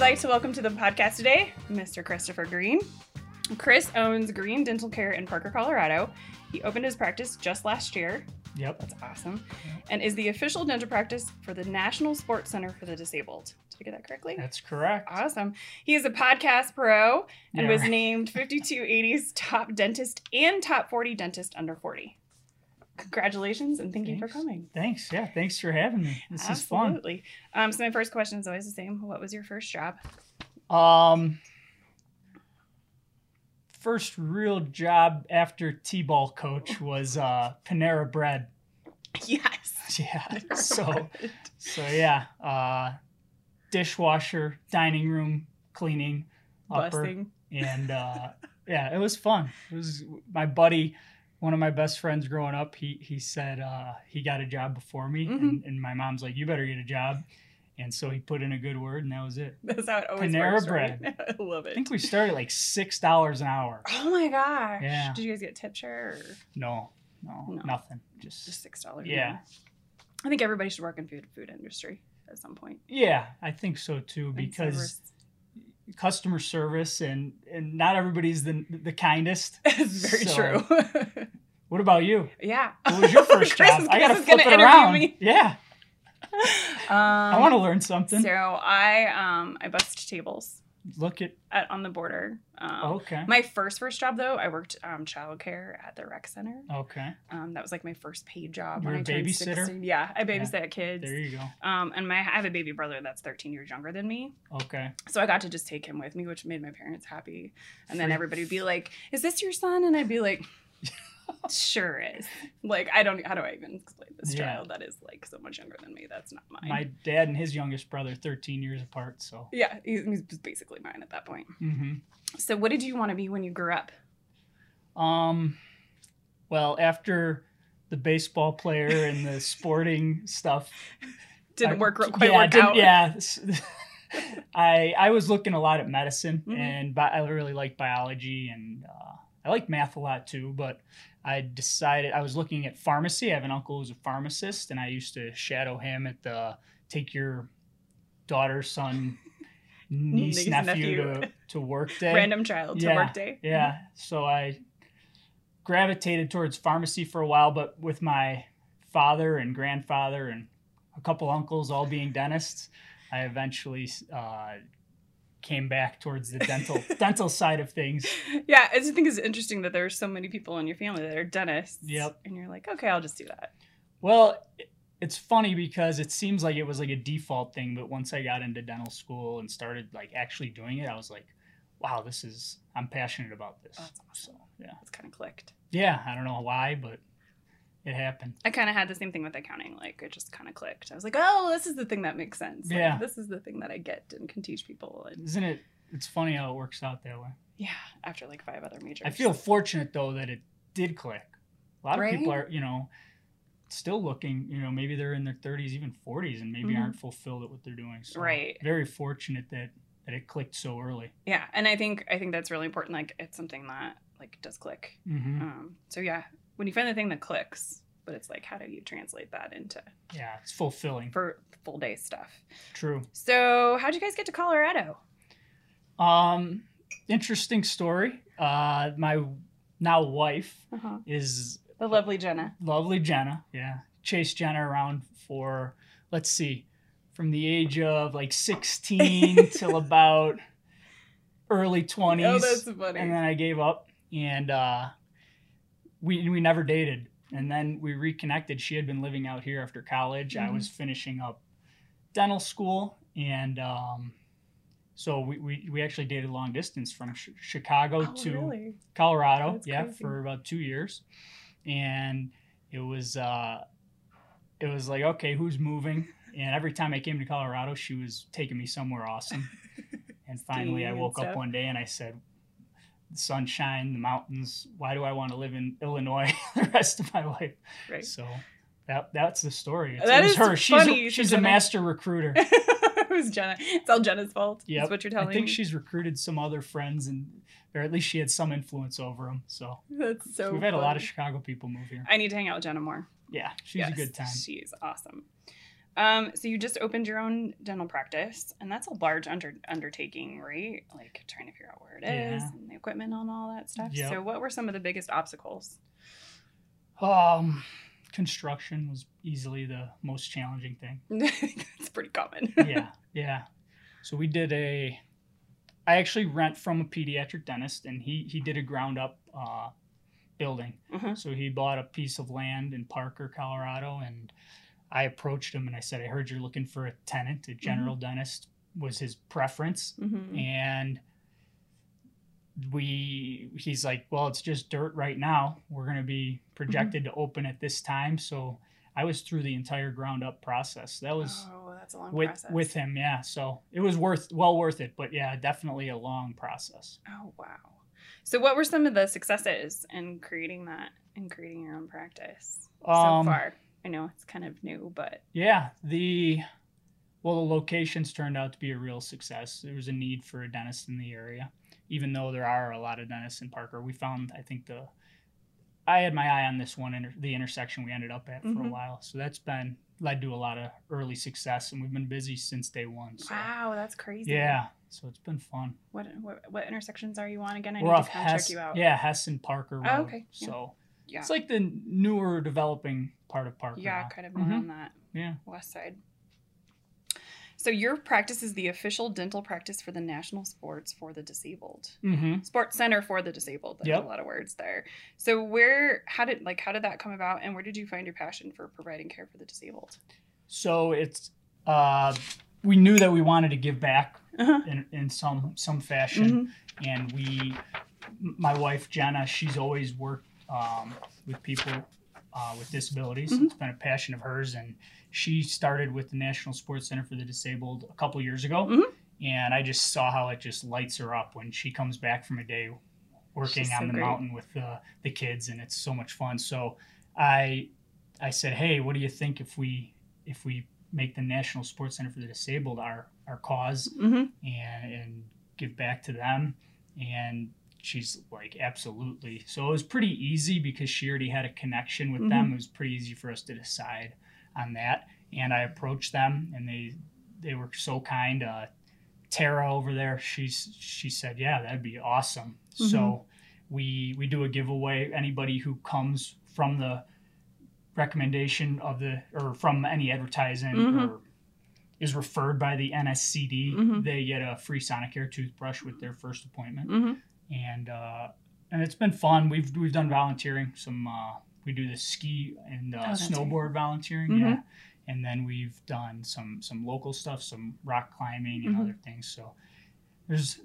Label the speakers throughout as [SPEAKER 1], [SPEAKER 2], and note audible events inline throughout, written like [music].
[SPEAKER 1] like to welcome to the podcast today Mr. Christopher Green. Chris owns Green Dental Care in Parker, Colorado. He opened his practice just last year.
[SPEAKER 2] Yep.
[SPEAKER 1] That's awesome. And is the official dental practice for the National Sports Center for the Disabled. Did I get that correctly?
[SPEAKER 2] That's correct.
[SPEAKER 1] Awesome. He is a podcast pro and
[SPEAKER 2] Yeah.
[SPEAKER 1] was named 5280's top dentist and top 40 dentist under 40. Congratulations and thank you for
[SPEAKER 2] Thanks.
[SPEAKER 1] coming.
[SPEAKER 2] Thanks. Yeah. Thanks for having me. This is
[SPEAKER 1] Absolutely. Um, so my first question is always the same. What was your first job?
[SPEAKER 2] fun. Um, first real job after T-ball coach was uh, Panera Bread. [laughs]
[SPEAKER 1] Yes.
[SPEAKER 2] Yeah.
[SPEAKER 1] [laughs]
[SPEAKER 2] So so yeah. Uh, dishwasher, dining room cleaning, upper,
[SPEAKER 1] busting.
[SPEAKER 2] and uh, yeah, it was fun. It was my buddy, one of my best friends growing up. He he said uh, he got a job before me,
[SPEAKER 1] Mm-hmm.
[SPEAKER 2] and, and my mom's like, "You better get a job," and so he put in a good word, and that was it.
[SPEAKER 1] That's how it always
[SPEAKER 2] Panera
[SPEAKER 1] works. right? [laughs] I love
[SPEAKER 2] I
[SPEAKER 1] it.
[SPEAKER 2] think we started at, like six dollars an hour.
[SPEAKER 1] Oh my gosh.
[SPEAKER 2] Yeah.
[SPEAKER 1] Did you guys get tip share or
[SPEAKER 2] No, no,
[SPEAKER 1] No.
[SPEAKER 2] nothing. Just,
[SPEAKER 1] just six dollars?
[SPEAKER 2] Yeah.
[SPEAKER 1] I think everybody should work in food food industry at some point.
[SPEAKER 2] yeah, I think so too
[SPEAKER 1] And
[SPEAKER 2] because
[SPEAKER 1] service.
[SPEAKER 2] customer service and and not everybody's the the kindest.
[SPEAKER 1] [laughs] it's very
[SPEAKER 2] So-
[SPEAKER 1] true. [laughs]
[SPEAKER 2] What about you?
[SPEAKER 1] yeah.
[SPEAKER 2] [laughs] What was
[SPEAKER 1] [laughs]
[SPEAKER 2] your first
[SPEAKER 1] Chris-
[SPEAKER 2] job? I gotta
[SPEAKER 1] Chris is
[SPEAKER 2] flip
[SPEAKER 1] gonna
[SPEAKER 2] it
[SPEAKER 1] interview
[SPEAKER 2] around.
[SPEAKER 1] me.
[SPEAKER 2] Yeah,
[SPEAKER 1] Um, I
[SPEAKER 2] I want to learn something.
[SPEAKER 1] So I um I bust tables
[SPEAKER 2] Look at
[SPEAKER 1] at on the border. Um,
[SPEAKER 2] okay,
[SPEAKER 1] My first first job though, I worked um, childcare at the rec center.
[SPEAKER 2] okay.
[SPEAKER 1] Um, that was like my first paid job.
[SPEAKER 2] You
[SPEAKER 1] when
[SPEAKER 2] were
[SPEAKER 1] I
[SPEAKER 2] a
[SPEAKER 1] turned
[SPEAKER 2] babysitter?
[SPEAKER 1] 16. Yeah, I babysat kids.
[SPEAKER 2] There you go.
[SPEAKER 1] Um, and my I have a baby brother that's 13 years younger than me,
[SPEAKER 2] Okay.
[SPEAKER 1] so I got to just take him with me, which made my parents happy. And then
[SPEAKER 2] Freak.
[SPEAKER 1] everybody would be like, "Is this your son?" And I'd be
[SPEAKER 2] [laughs]
[SPEAKER 1] like, "Sure is." Like I don't. How do I even explain this
[SPEAKER 2] Yeah.
[SPEAKER 1] child that is like so much younger than me? That's not mine.
[SPEAKER 2] My dad and his youngest brother, 13 years apart. So,
[SPEAKER 1] yeah, he- he's basically mine at that point.
[SPEAKER 2] hmm
[SPEAKER 1] So, what did you want to be when you grew up?
[SPEAKER 2] um, well, after the baseball player and the [laughs] sporting stuff
[SPEAKER 1] Didn't
[SPEAKER 2] I-
[SPEAKER 1] work real quite
[SPEAKER 2] yeah,
[SPEAKER 1] work
[SPEAKER 2] didn't-
[SPEAKER 1] out.
[SPEAKER 2] Yeah. s- [laughs] I I was looking a lot at medicine,
[SPEAKER 1] Mhm.
[SPEAKER 2] and bi- I really like biology, and uh, I like math a lot too. But I decided I was looking at pharmacy. I have an uncle who's a pharmacist, and I used to shadow him at the take your daughter, son,
[SPEAKER 1] [laughs]
[SPEAKER 2] niece,
[SPEAKER 1] Niece,
[SPEAKER 2] nephew,
[SPEAKER 1] nephew.
[SPEAKER 2] To,
[SPEAKER 1] [laughs]
[SPEAKER 2] to work day.
[SPEAKER 1] Random child to
[SPEAKER 2] Yeah,
[SPEAKER 1] work day.
[SPEAKER 2] Yeah. So I gravitated towards pharmacy for a while, but with my father and grandfather and a couple uncles all being dentists, I eventually uh, came back towards the dental
[SPEAKER 1] [laughs]
[SPEAKER 2] dental side of things.
[SPEAKER 1] Yeah, I just think it's interesting that there are so many people in your family that are dentists.
[SPEAKER 2] Yep.
[SPEAKER 1] And you're like, okay, I'll just do that.
[SPEAKER 2] Well, it- it's funny because it seems like it was like a default thing, but once I got into dental school and started like actually doing it, I was like, wow, this is I'm passionate about this.
[SPEAKER 1] That's awesome.
[SPEAKER 2] So, yeah.
[SPEAKER 1] It's kind of clicked.
[SPEAKER 2] Yeah, I don't know why, but it happened.
[SPEAKER 1] I kind of had the same thing with accounting. Like, it just kind of clicked. I was like, oh, this is the thing that makes sense. Like,
[SPEAKER 2] Yeah.
[SPEAKER 1] This is the thing that I get and can teach people. And
[SPEAKER 2] Isn't it? It's funny how it works out that way.
[SPEAKER 1] yeah, after like five other majors.
[SPEAKER 2] I feel fortunate though that it did click. A lot
[SPEAKER 1] Right?
[SPEAKER 2] of people are, you know, still looking. You know, maybe they're in their 30s, even 40s, and maybe
[SPEAKER 1] Mhm.
[SPEAKER 2] aren't fulfilled at what they're doing. So
[SPEAKER 1] Right.
[SPEAKER 2] Very fortunate that that it clicked so early.
[SPEAKER 1] Yeah. And I think, I think that's really important. Like, it's something that like does click.
[SPEAKER 2] hmm
[SPEAKER 1] Um, so yeah, when you find the thing that clicks, but it's like, how do you translate that into
[SPEAKER 2] Yeah, it's fulfilling.
[SPEAKER 1] for full day stuff?
[SPEAKER 2] True.
[SPEAKER 1] So, how'd you guys get to Colorado?
[SPEAKER 2] Um, interesting story. Uh, my now wife
[SPEAKER 1] Uh-huh.
[SPEAKER 2] is
[SPEAKER 1] The lovely Jenna.
[SPEAKER 2] lovely Jenna. Yeah. Chased Jenna around for, let's see, from the age of
[SPEAKER 1] [laughs]
[SPEAKER 2] like 16 till about early 20s.
[SPEAKER 1] Oh, that's funny.
[SPEAKER 2] and then I gave up and uh, we, we never dated. And then we reconnected. She had been living out here after college. I
[SPEAKER 1] Mhm.
[SPEAKER 2] was finishing up dental school. And um, so we, we, we actually dated long distance from sh- Chicago
[SPEAKER 1] oh,
[SPEAKER 2] to
[SPEAKER 1] really?
[SPEAKER 2] Colorado,
[SPEAKER 1] That's
[SPEAKER 2] yeah,
[SPEAKER 1] crazy.
[SPEAKER 2] for about two years, and it was uh, it was like okay, who's moving? And every time I came to Colorado, she was taking me somewhere
[SPEAKER 1] [laughs]
[SPEAKER 2] awesome. And finally, I
[SPEAKER 1] and
[SPEAKER 2] woke
[SPEAKER 1] stuff.
[SPEAKER 2] up one day and I said, "The "Sunshine, the mountains. Why do I want to live in Illinois [laughs] the rest of my life?"
[SPEAKER 1] Right.
[SPEAKER 2] So that that's the story. It's,
[SPEAKER 1] That
[SPEAKER 2] it was
[SPEAKER 1] is
[SPEAKER 2] her. She's
[SPEAKER 1] funny,
[SPEAKER 2] a, she's a
[SPEAKER 1] Jenna. [laughs]
[SPEAKER 2] master recruiter.
[SPEAKER 1] [laughs] it was Jenna. It's all Jenna's fault. Yeah.
[SPEAKER 2] Yep.
[SPEAKER 1] That's what you're telling
[SPEAKER 2] I think
[SPEAKER 1] me.
[SPEAKER 2] she's recruited some other friends, and or at least she had some influence over them. So.
[SPEAKER 1] That's so.
[SPEAKER 2] We've had a lot of
[SPEAKER 1] funny.
[SPEAKER 2] Chicago people move here.
[SPEAKER 1] I need to hang out with Jenna more.
[SPEAKER 2] Yeah, she's a
[SPEAKER 1] Yes,
[SPEAKER 2] good time.
[SPEAKER 1] She's awesome. Um, so you just opened your own dental practice, and that's a large under- undertaking, right? Like trying to figure out where it is
[SPEAKER 2] Yeah.
[SPEAKER 1] and the equipment and all that stuff.
[SPEAKER 2] Yep.
[SPEAKER 1] So what were some of the biggest obstacles? [laughs]
[SPEAKER 2] Um, construction was easily the most challenging
[SPEAKER 1] [laughs]
[SPEAKER 2] thing.
[SPEAKER 1] that's pretty common.
[SPEAKER 2] yeah, yeah. So we did a. I actually rent from a pediatric dentist, and he he did a ground up uh, building.
[SPEAKER 1] Mhm.
[SPEAKER 2] So he bought a piece of land in Parker, Colorado, and I approached him and I said, "I heard you're looking for a tenant. A general
[SPEAKER 1] Mm-hmm.
[SPEAKER 2] dentist was his preference."
[SPEAKER 1] Mhm.
[SPEAKER 2] Mm-hmm. and we he's like well it's just dirt right now we're going to be projected
[SPEAKER 1] Mm-hmm.
[SPEAKER 2] to open at this time so i was through the entire ground up process that was
[SPEAKER 1] oh, that's a long
[SPEAKER 2] with
[SPEAKER 1] process.
[SPEAKER 2] with him yeah so it was worth well worth it but yeah definitely a long process
[SPEAKER 1] Oh wow. So what were some of the successes in creating that and creating your own practice
[SPEAKER 2] Um,
[SPEAKER 1] so far? I know it's kind of new, but
[SPEAKER 2] yeah the well the locations turned out to be a real success there was a need for a dentist in the area even though there are a lot of dentists in parker we found i think the i had my eye on this one inter- the intersection we ended up at for a
[SPEAKER 1] Mhm.
[SPEAKER 2] while so that's been led to a lot of early success and we've been busy since day one so
[SPEAKER 1] wow, that's crazy.
[SPEAKER 2] yeah so it's been fun
[SPEAKER 1] What, what what intersections are you on again? I
[SPEAKER 2] we're
[SPEAKER 1] need
[SPEAKER 2] off
[SPEAKER 1] to kind of
[SPEAKER 2] hess
[SPEAKER 1] check you out.
[SPEAKER 2] yeah hess and parker Road.
[SPEAKER 1] Oh, okay, yeah.
[SPEAKER 2] so
[SPEAKER 1] Yeah.
[SPEAKER 2] it's like the newer developing part of parker
[SPEAKER 1] Yeah,
[SPEAKER 2] now.
[SPEAKER 1] kind of more
[SPEAKER 2] Mhm.
[SPEAKER 1] on that
[SPEAKER 2] yeah
[SPEAKER 1] west side. So your practice is the official dental practice for the National Sports for the Disabled.
[SPEAKER 2] mm-hmm
[SPEAKER 1] Sports Center for the Disabled. There's
[SPEAKER 2] Yep.
[SPEAKER 1] a lot of words there. So where how did like how did that come about and where did you find your passion for providing care for the disabled?
[SPEAKER 2] So it's uh, we knew that we wanted to give back
[SPEAKER 1] Uh-huh.
[SPEAKER 2] in, in some some fashion,
[SPEAKER 1] Mhm.
[SPEAKER 2] and we, m- my wife Jenna, she's always worked um, with people uh, with disabilities.
[SPEAKER 1] Mm-hmm.
[SPEAKER 2] It's been a passion of hers, and she started with the National Sports Center for the Disabled a couple years ago,
[SPEAKER 1] Mhm.
[SPEAKER 2] and I just saw how it just lights her up when she comes back from a day working
[SPEAKER 1] She's
[SPEAKER 2] on
[SPEAKER 1] so
[SPEAKER 2] the
[SPEAKER 1] great.
[SPEAKER 2] mountain with the, the kids, and it's so much fun. So I I said, hey, what do you think if we if we make the National Sports Center for the Disabled our our cause
[SPEAKER 1] Mhm.
[SPEAKER 2] and and give back to them and she's like absolutely so it was pretty easy because she already had a connection with them it was pretty easy for us to decide on that and i approached them and they they were so kind uh tara over there she's she said yeah that'd be awesome so we we do a giveaway anybody who comes from the recommendation of the or from any advertising
[SPEAKER 1] Mhm.
[SPEAKER 2] or is referred by the NSCD,
[SPEAKER 1] Mhm.
[SPEAKER 2] they get a free Sonicare toothbrush with their first appointment,
[SPEAKER 1] Mhm.
[SPEAKER 2] and uh, and it's been fun. We've we've done volunteering. Some uh, we do the ski and uh,
[SPEAKER 1] Oh, that's right.
[SPEAKER 2] snowboard volunteering,
[SPEAKER 1] Mhm.
[SPEAKER 2] yeah, and then we've done some some local stuff, some rock climbing and
[SPEAKER 1] Mhm.
[SPEAKER 2] other things. So there's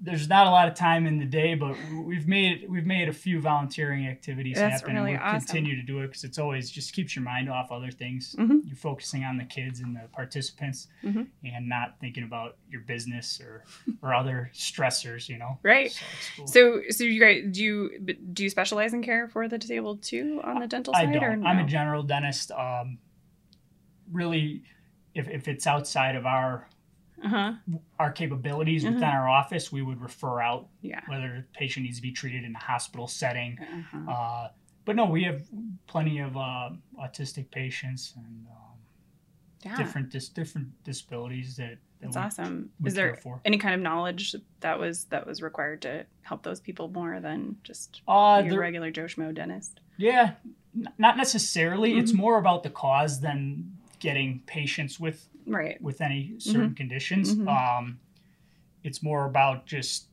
[SPEAKER 2] there's not a lot of time in the day, but we've made we've made a few volunteering activities
[SPEAKER 1] That's
[SPEAKER 2] happen,
[SPEAKER 1] really
[SPEAKER 2] and we'll
[SPEAKER 1] awesome.
[SPEAKER 2] continue to do it because it's always just keeps your mind off other things.
[SPEAKER 1] Mhm.
[SPEAKER 2] You're focusing on the kids and the participants,
[SPEAKER 1] Mhm.
[SPEAKER 2] and not thinking about your business or or other stressors. You know,
[SPEAKER 1] Right.
[SPEAKER 2] So, it's cool.
[SPEAKER 1] So, so you guys, do you but do you specialize in care for the disabled too on the dental
[SPEAKER 2] I
[SPEAKER 1] side, or
[SPEAKER 2] don't.
[SPEAKER 1] no?
[SPEAKER 2] I'm a general dentist. Um, really, if if it's outside of our
[SPEAKER 1] uh-huh.
[SPEAKER 2] our capabilities
[SPEAKER 1] Mhm.
[SPEAKER 2] within our office, we would refer out
[SPEAKER 1] Yeah.
[SPEAKER 2] whether the patient needs to be treated in a hospital setting.
[SPEAKER 1] Uh-huh.
[SPEAKER 2] Uh, but no, we have plenty of uh, autistic patients and um,
[SPEAKER 1] yeah.
[SPEAKER 2] different dis- different disabilities that, that
[SPEAKER 1] That's
[SPEAKER 2] we,
[SPEAKER 1] awesome.
[SPEAKER 2] we
[SPEAKER 1] Is
[SPEAKER 2] care
[SPEAKER 1] there
[SPEAKER 2] for.
[SPEAKER 1] any kind of knowledge that was that was required to help those people more than just
[SPEAKER 2] Uh,
[SPEAKER 1] your
[SPEAKER 2] there-
[SPEAKER 1] regular Joe Schmo dentist?
[SPEAKER 2] yeah, n- not necessarily. It's
[SPEAKER 1] Mm-hmm.
[SPEAKER 2] more about the cause than getting patients with
[SPEAKER 1] Right.
[SPEAKER 2] with
[SPEAKER 1] Mm-hmm.
[SPEAKER 2] any certain conditions.
[SPEAKER 1] Mhm.
[SPEAKER 2] Um, it's more about just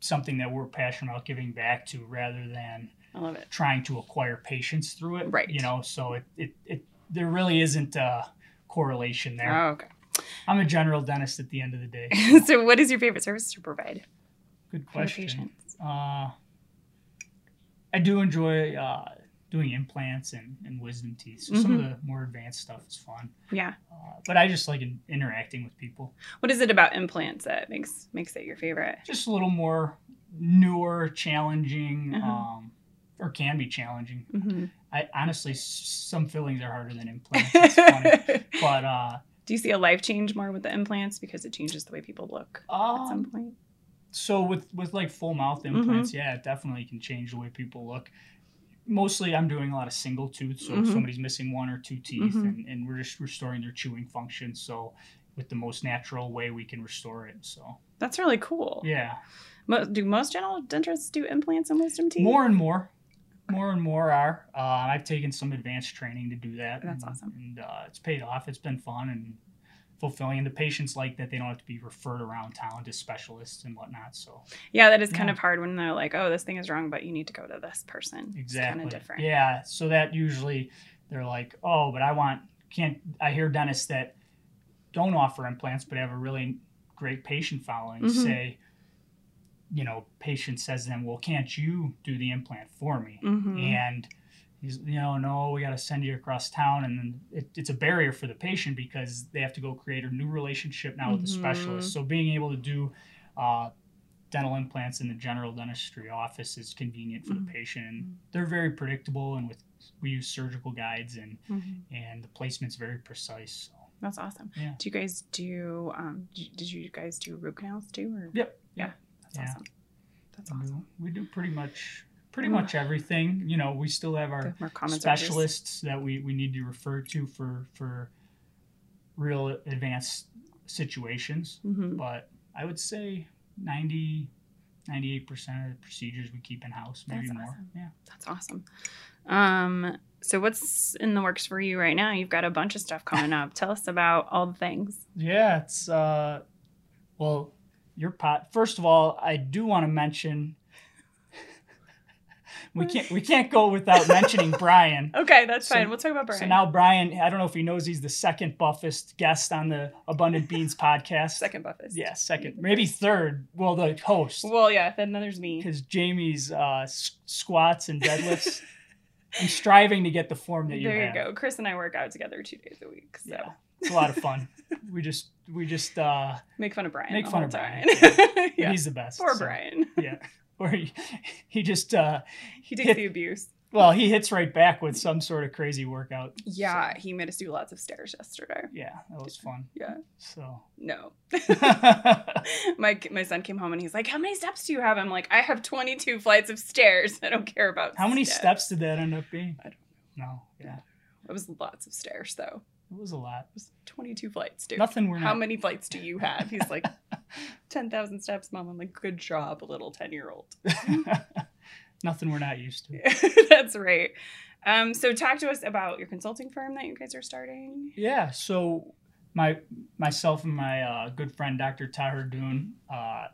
[SPEAKER 2] something that we're passionate about giving back to rather than
[SPEAKER 1] I love it.
[SPEAKER 2] trying to acquire patients through it.
[SPEAKER 1] Right.
[SPEAKER 2] You know, so it, it, it there really isn't a correlation there.
[SPEAKER 1] Oh,
[SPEAKER 2] [laughs]
[SPEAKER 1] okay.
[SPEAKER 2] I'm a general dentist at the end of
[SPEAKER 1] [laughs]
[SPEAKER 2] the day.
[SPEAKER 1] so, what is your favorite service to provide
[SPEAKER 2] Good
[SPEAKER 1] for your
[SPEAKER 2] question.
[SPEAKER 1] patients?
[SPEAKER 2] Uh, I do enjoy uh, doing implants and, and wisdom teeth. So some of
[SPEAKER 1] Mm-hmm.
[SPEAKER 2] the more advanced stuff is fun.
[SPEAKER 1] Yeah.
[SPEAKER 2] Uh, but I just like in, interacting with people.
[SPEAKER 1] What is it about implants that makes makes it your favorite?
[SPEAKER 2] Just a little more newer, challenging,
[SPEAKER 1] Uh-huh.
[SPEAKER 2] um, or can be challenging.
[SPEAKER 1] [laughs] Mhm.
[SPEAKER 2] I honestly, s- some fillings are harder than implants.
[SPEAKER 1] [laughs]
[SPEAKER 2] It's funny. but uh,
[SPEAKER 1] do you see a life change more with the implants because it changes the way people look at some
[SPEAKER 2] um,
[SPEAKER 1] point?
[SPEAKER 2] so with with like full mouth implants, yeah, it definitely can change the way people look. mostly I'm doing a lot of single tooth, so if
[SPEAKER 1] Mhm.
[SPEAKER 2] somebody's missing one or two teeth,
[SPEAKER 1] Mhm.
[SPEAKER 2] and, and we're just restoring their chewing function. So with the most natural way we can restore it. So
[SPEAKER 1] That's really cool.
[SPEAKER 2] yeah,
[SPEAKER 1] Mo- do most general dentists do implants and wisdom teeth?
[SPEAKER 2] more and more, more and more are. Uh, I've taken some advanced training to do that.
[SPEAKER 1] That's
[SPEAKER 2] and,
[SPEAKER 1] awesome.
[SPEAKER 2] and uh, it's paid off. It's been fun and fulfilling. And the patients like that; they don't have to be referred around town to specialists and whatnot. So
[SPEAKER 1] Yeah, that is kind
[SPEAKER 2] Yeah.
[SPEAKER 1] of hard when they're like, "Oh, this thing is wrong, but you need to go to this person."
[SPEAKER 2] exactly,
[SPEAKER 1] It's kind of different.
[SPEAKER 2] yeah. So that usually they're like, "Oh, but I want can't." I hear dentists that don't offer implants but have a really great patient following
[SPEAKER 1] Mhm.
[SPEAKER 2] say, you know, patient says to them, "Well, can't you do the implant for me?"
[SPEAKER 1] Mm-hmm.
[SPEAKER 2] and he's you know no we got to send you across town and then it, it's a barrier for the patient because they have to go create a new relationship now with the specialist
[SPEAKER 1] Mm-hmm.
[SPEAKER 2] so being able to do uh, dental implants in the general dentistry office is convenient for
[SPEAKER 1] Mhm.
[SPEAKER 2] the patient and they're very predictable and with we use surgical guides and and the placement's very precise so
[SPEAKER 1] Mm-hmm. That's awesome.
[SPEAKER 2] Yeah.
[SPEAKER 1] Do you guys do? Um, d- did you guys do root canals too? Or?
[SPEAKER 2] Yep.
[SPEAKER 1] Yeah. That's
[SPEAKER 2] Yeah.
[SPEAKER 1] awesome. That's awesome.
[SPEAKER 2] we do pretty much pretty
[SPEAKER 1] Mm.
[SPEAKER 2] much everything you know we still have our
[SPEAKER 1] Good. More common surgeries.
[SPEAKER 2] specialists that we, we need to refer to for for real advanced situations
[SPEAKER 1] Mhm.
[SPEAKER 2] but i would say 90 98% of the procedures we keep in house maybe
[SPEAKER 1] That's
[SPEAKER 2] more
[SPEAKER 1] awesome.
[SPEAKER 2] yeah
[SPEAKER 1] That's awesome. Um, so what's in the works for you right now? You've got a bunch of stuff coming up. Tell us about all the things.
[SPEAKER 2] yeah it's uh well your pot first of all i do want to mention [laughs] we can't we can't go without mentioning brian
[SPEAKER 1] Okay, that's
[SPEAKER 2] So-
[SPEAKER 1] fine. We'll talk about [laughs] Brian.
[SPEAKER 2] So now Brian, I don't know if he knows he's the second buffest guest on the Abundant Beans podcast.
[SPEAKER 1] second buffet.
[SPEAKER 2] Yeah, second, maybe third. Well, the host,
[SPEAKER 1] Well, yeah. Then there's me.
[SPEAKER 2] because Jamie's uh, s- squats and deadlifts. I'm striving to get the form that you
[SPEAKER 1] there
[SPEAKER 2] have.
[SPEAKER 1] you go. Chris and I work out together two days a week. So
[SPEAKER 2] Yeah, it's a lot of fun. We just, we just, uh,
[SPEAKER 1] make fun of Brian.
[SPEAKER 2] Make
[SPEAKER 1] the
[SPEAKER 2] fun
[SPEAKER 1] whole
[SPEAKER 2] of Brian.
[SPEAKER 1] time. [laughs] yeah.
[SPEAKER 2] he's the best.
[SPEAKER 1] Poor
[SPEAKER 2] so,
[SPEAKER 1] Brian.
[SPEAKER 2] Yeah, [laughs] or he, he just, uh,
[SPEAKER 1] He takes the abuse.
[SPEAKER 2] well, he hits right back with some sort of crazy workout.
[SPEAKER 1] Yeah,
[SPEAKER 2] So,
[SPEAKER 1] he made us do lots of stairs yesterday.
[SPEAKER 2] yeah, that was fun.
[SPEAKER 1] Yeah. [laughs]
[SPEAKER 2] So. [laughs]
[SPEAKER 1] No. my my son came home and he's like, "How many steps do you have?" I'm like, "I have 22 flights of stairs. I don't care about
[SPEAKER 2] How many
[SPEAKER 1] steps."
[SPEAKER 2] steps did that end up being?
[SPEAKER 1] I don't
[SPEAKER 2] No, yeah,
[SPEAKER 1] It was lots of stairs, though.
[SPEAKER 2] it was a lot.
[SPEAKER 1] It was 22 flights, dude.
[SPEAKER 2] Nothing we're
[SPEAKER 1] How
[SPEAKER 2] not.
[SPEAKER 1] many flights do you have? He's like, 10,000 steps, mom. I'm like, good job, little 10 year old.
[SPEAKER 2] [laughs] nothing we're not used to.
[SPEAKER 1] [laughs] That's right. Um, so, talk to us about your consulting firm that you guys are starting.
[SPEAKER 2] Yeah. So my myself and my uh, good friend Dr. Tahir Doon, uh,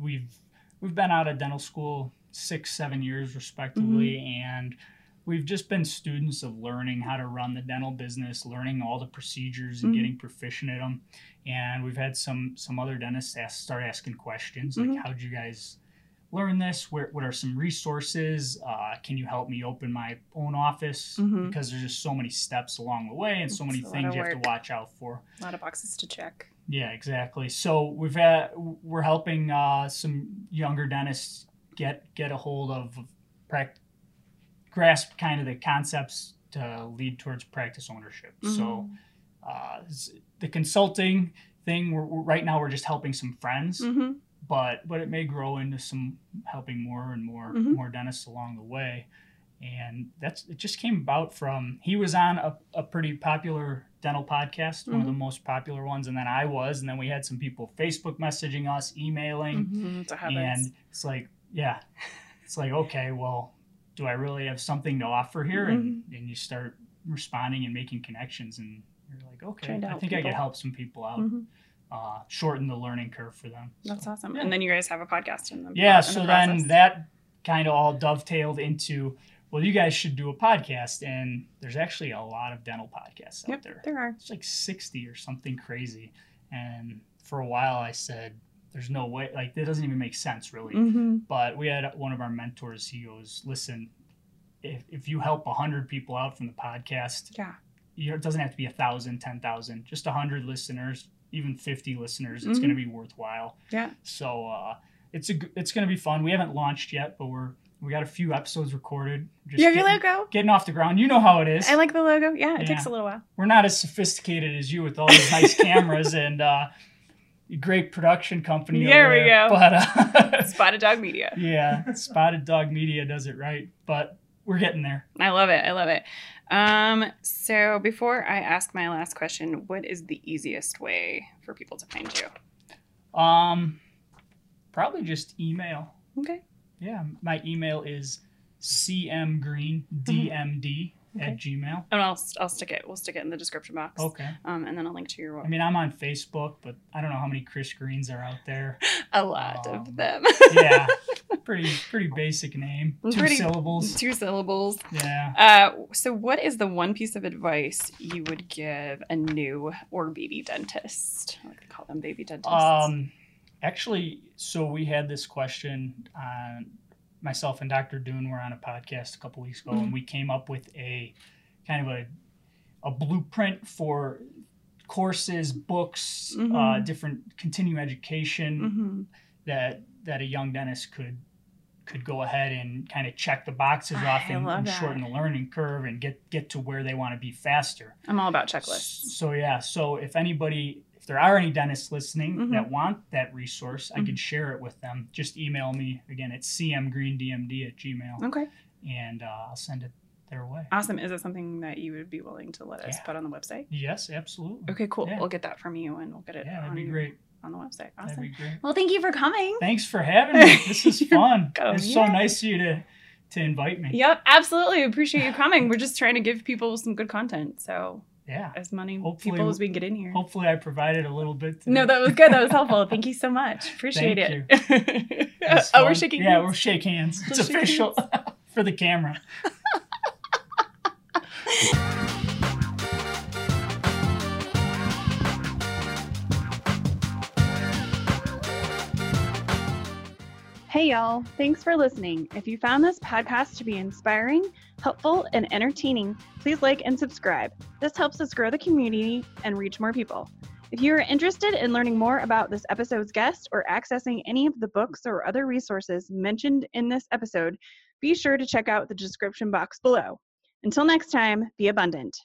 [SPEAKER 2] we've we've been out of dental school six seven years respectively, and we've just been students of learning how to run the dental business, learning all the procedures and
[SPEAKER 1] Mhm.
[SPEAKER 2] getting proficient at them. And we've had some some other dentists ask, start asking questions like,
[SPEAKER 1] Mhm.
[SPEAKER 2] "How'd you guys?" Learn this. Where, what are some resources? Uh, can you help me open my own office?
[SPEAKER 1] Mhm.
[SPEAKER 2] because there's just so many steps along the way and so many
[SPEAKER 1] It's a lot
[SPEAKER 2] things
[SPEAKER 1] of
[SPEAKER 2] you have to
[SPEAKER 1] work.
[SPEAKER 2] watch out for.
[SPEAKER 1] A lot of boxes to check.
[SPEAKER 2] Yeah, exactly. So we've had we're helping uh, some younger dentists get get a hold of prac- grasp kind of the concepts to lead towards practice ownership. So
[SPEAKER 1] Mm-hmm.
[SPEAKER 2] uh, s- the consulting thing we're, we're- right now we're just helping some friends
[SPEAKER 1] hmm
[SPEAKER 2] but but it may grow into some helping more and more
[SPEAKER 1] Mhm.
[SPEAKER 2] more dentists along the way and that's it just came about from he was on a, a pretty popular dental podcast one of
[SPEAKER 1] Mm-hmm.
[SPEAKER 2] the most popular ones and then i was and then we had some people facebook messaging us emailing
[SPEAKER 1] To have us.
[SPEAKER 2] and uh, it's like yeah [laughs] it's like okay well do i really have something to offer here and
[SPEAKER 1] Mm-hmm.
[SPEAKER 2] and you start responding and making connections and you're like okay
[SPEAKER 1] Trying to
[SPEAKER 2] i
[SPEAKER 1] help
[SPEAKER 2] think i
[SPEAKER 1] people.
[SPEAKER 2] could help some people out
[SPEAKER 1] Mhm.
[SPEAKER 2] uh, shorten the learning curve for them So-
[SPEAKER 1] That's awesome.
[SPEAKER 2] yeah.
[SPEAKER 1] And then you guys have a podcast in them.
[SPEAKER 2] yeah so then that kind of all dovetailed into well you guys should do a podcast and there's actually a lot of dental podcasts out
[SPEAKER 1] Yep,
[SPEAKER 2] there
[SPEAKER 1] there are.
[SPEAKER 2] it's like 60 or something crazy and for a while i said there's no way like that doesn't even make sense really
[SPEAKER 1] Mm-hmm.
[SPEAKER 2] but we had one of our mentors he goes listen if, if you help 100 people out from the podcast
[SPEAKER 1] Yeah.
[SPEAKER 2] you know, it doesn't have to be a thousand, ten thousand, just a hundred listeners, even fifty listeners. It's going to be worthwhile.
[SPEAKER 1] Mm-hmm. Yeah.
[SPEAKER 2] So uh, it's a g- it's going to be fun. We haven't launched yet, but we're we got a few episodes recorded. Just
[SPEAKER 1] You have
[SPEAKER 2] getting,
[SPEAKER 1] your logo?
[SPEAKER 2] getting off the ground. You know how it is.
[SPEAKER 1] I like the logo. Yeah, it
[SPEAKER 2] Yeah.
[SPEAKER 1] takes a little while.
[SPEAKER 2] we're not as sophisticated as you with all these
[SPEAKER 1] [laughs]
[SPEAKER 2] nice cameras and uh, great production company.
[SPEAKER 1] There
[SPEAKER 2] over
[SPEAKER 1] we go.
[SPEAKER 2] But uh,
[SPEAKER 1] Spotted Dog Media.
[SPEAKER 2] yeah, Spotted Dog Media does it right. But we're getting there.
[SPEAKER 1] I love it. I love it. Um, so before I ask my last question, what is the easiest way for people to find you?
[SPEAKER 2] Um, probably just email.
[SPEAKER 1] Okay.
[SPEAKER 2] Yeah, my email is cmgreendmd
[SPEAKER 1] Mm-hmm. Okay.
[SPEAKER 2] at gmail.
[SPEAKER 1] And I'll I'll stick it. We'll stick it in the description box.
[SPEAKER 2] Okay.
[SPEAKER 1] Um, and then I'll link to your
[SPEAKER 2] I mean, I'm on Facebook, but I don't know how many Chris Greens are out there.
[SPEAKER 1] [laughs] a lot of
[SPEAKER 2] um,
[SPEAKER 1] them.
[SPEAKER 2] [laughs] Yeah, pretty pretty basic name, two
[SPEAKER 1] Pretty-
[SPEAKER 2] syllables.
[SPEAKER 1] [laughs] Two syllables.
[SPEAKER 2] Yeah.
[SPEAKER 1] Uh, so what is the one piece of advice you would give a new or baby dentist? I like to call them baby dentists.
[SPEAKER 2] Um, actually, so we had this question on myself and Dr. Dune were on a podcast a couple weeks ago,
[SPEAKER 1] Mm-hmm.
[SPEAKER 2] and we came up with a kind of a a blueprint for courses, books, uh,
[SPEAKER 1] Mhm.
[SPEAKER 2] different continuing education
[SPEAKER 1] Mhm.
[SPEAKER 2] that that a young dentist could could go ahead and kind of check the boxes off
[SPEAKER 1] Ah, I
[SPEAKER 2] and,
[SPEAKER 1] love
[SPEAKER 2] and
[SPEAKER 1] that.
[SPEAKER 2] shorten the learning curve and get get to where they want to be faster.
[SPEAKER 1] I'm all about checklists.
[SPEAKER 2] So yeah, so if anybody, if there are any dentists listening
[SPEAKER 1] Mhm.
[SPEAKER 2] that want that resource, I
[SPEAKER 1] Mhm.
[SPEAKER 2] could share it with them. Just email me again at cmgreendmd at gmail,
[SPEAKER 1] Okay.
[SPEAKER 2] and uh, I'll send it their way.
[SPEAKER 1] Awesome. Is that something that you would be willing to let us
[SPEAKER 2] Yeah.
[SPEAKER 1] put on the website?
[SPEAKER 2] Yes, absolutely.
[SPEAKER 1] Okay, cool.
[SPEAKER 2] Yeah.
[SPEAKER 1] We'll get that from you and we'll get it
[SPEAKER 2] Yeah, that'd
[SPEAKER 1] on,
[SPEAKER 2] be great.
[SPEAKER 1] on the website.
[SPEAKER 2] That'd
[SPEAKER 1] Awesome.
[SPEAKER 2] be great.
[SPEAKER 1] Well, thank you for coming.
[SPEAKER 2] Thanks for having
[SPEAKER 1] [laughs]
[SPEAKER 2] me. This is fun.
[SPEAKER 1] You're
[SPEAKER 2] it's so
[SPEAKER 1] welcome.
[SPEAKER 2] nice of you to to invite me.
[SPEAKER 1] Yep, absolutely. We Appreciate
[SPEAKER 2] [laughs]
[SPEAKER 1] you coming. We're just trying to give people some good content. So,
[SPEAKER 2] Yeah.
[SPEAKER 1] as many
[SPEAKER 2] Hopefully
[SPEAKER 1] people
[SPEAKER 2] we-
[SPEAKER 1] as we can get in here.
[SPEAKER 2] Hopefully, I provided a little bit.
[SPEAKER 1] No, that was good. That was helpful. Thank you so much. Appreciate [laughs]
[SPEAKER 2] [laughs] Thank
[SPEAKER 1] it.
[SPEAKER 2] It was
[SPEAKER 1] oh, we're
[SPEAKER 2] fun.
[SPEAKER 1] shaking
[SPEAKER 2] Yeah,
[SPEAKER 1] hands.
[SPEAKER 2] we'll shake
[SPEAKER 1] [laughs]
[SPEAKER 2] hands. It's
[SPEAKER 1] Let's shake
[SPEAKER 2] official [laughs] for the camera.
[SPEAKER 1] Hey, y'all. Thanks for listening. If you found this podcast to be inspiring, helpful, and entertaining, please like and subscribe. This helps us grow the community and reach more people. If you are interested in learning more about this episode's guest or accessing any of the books or other resources mentioned in this episode, be sure to check out the description box below. Until next time, be abundant.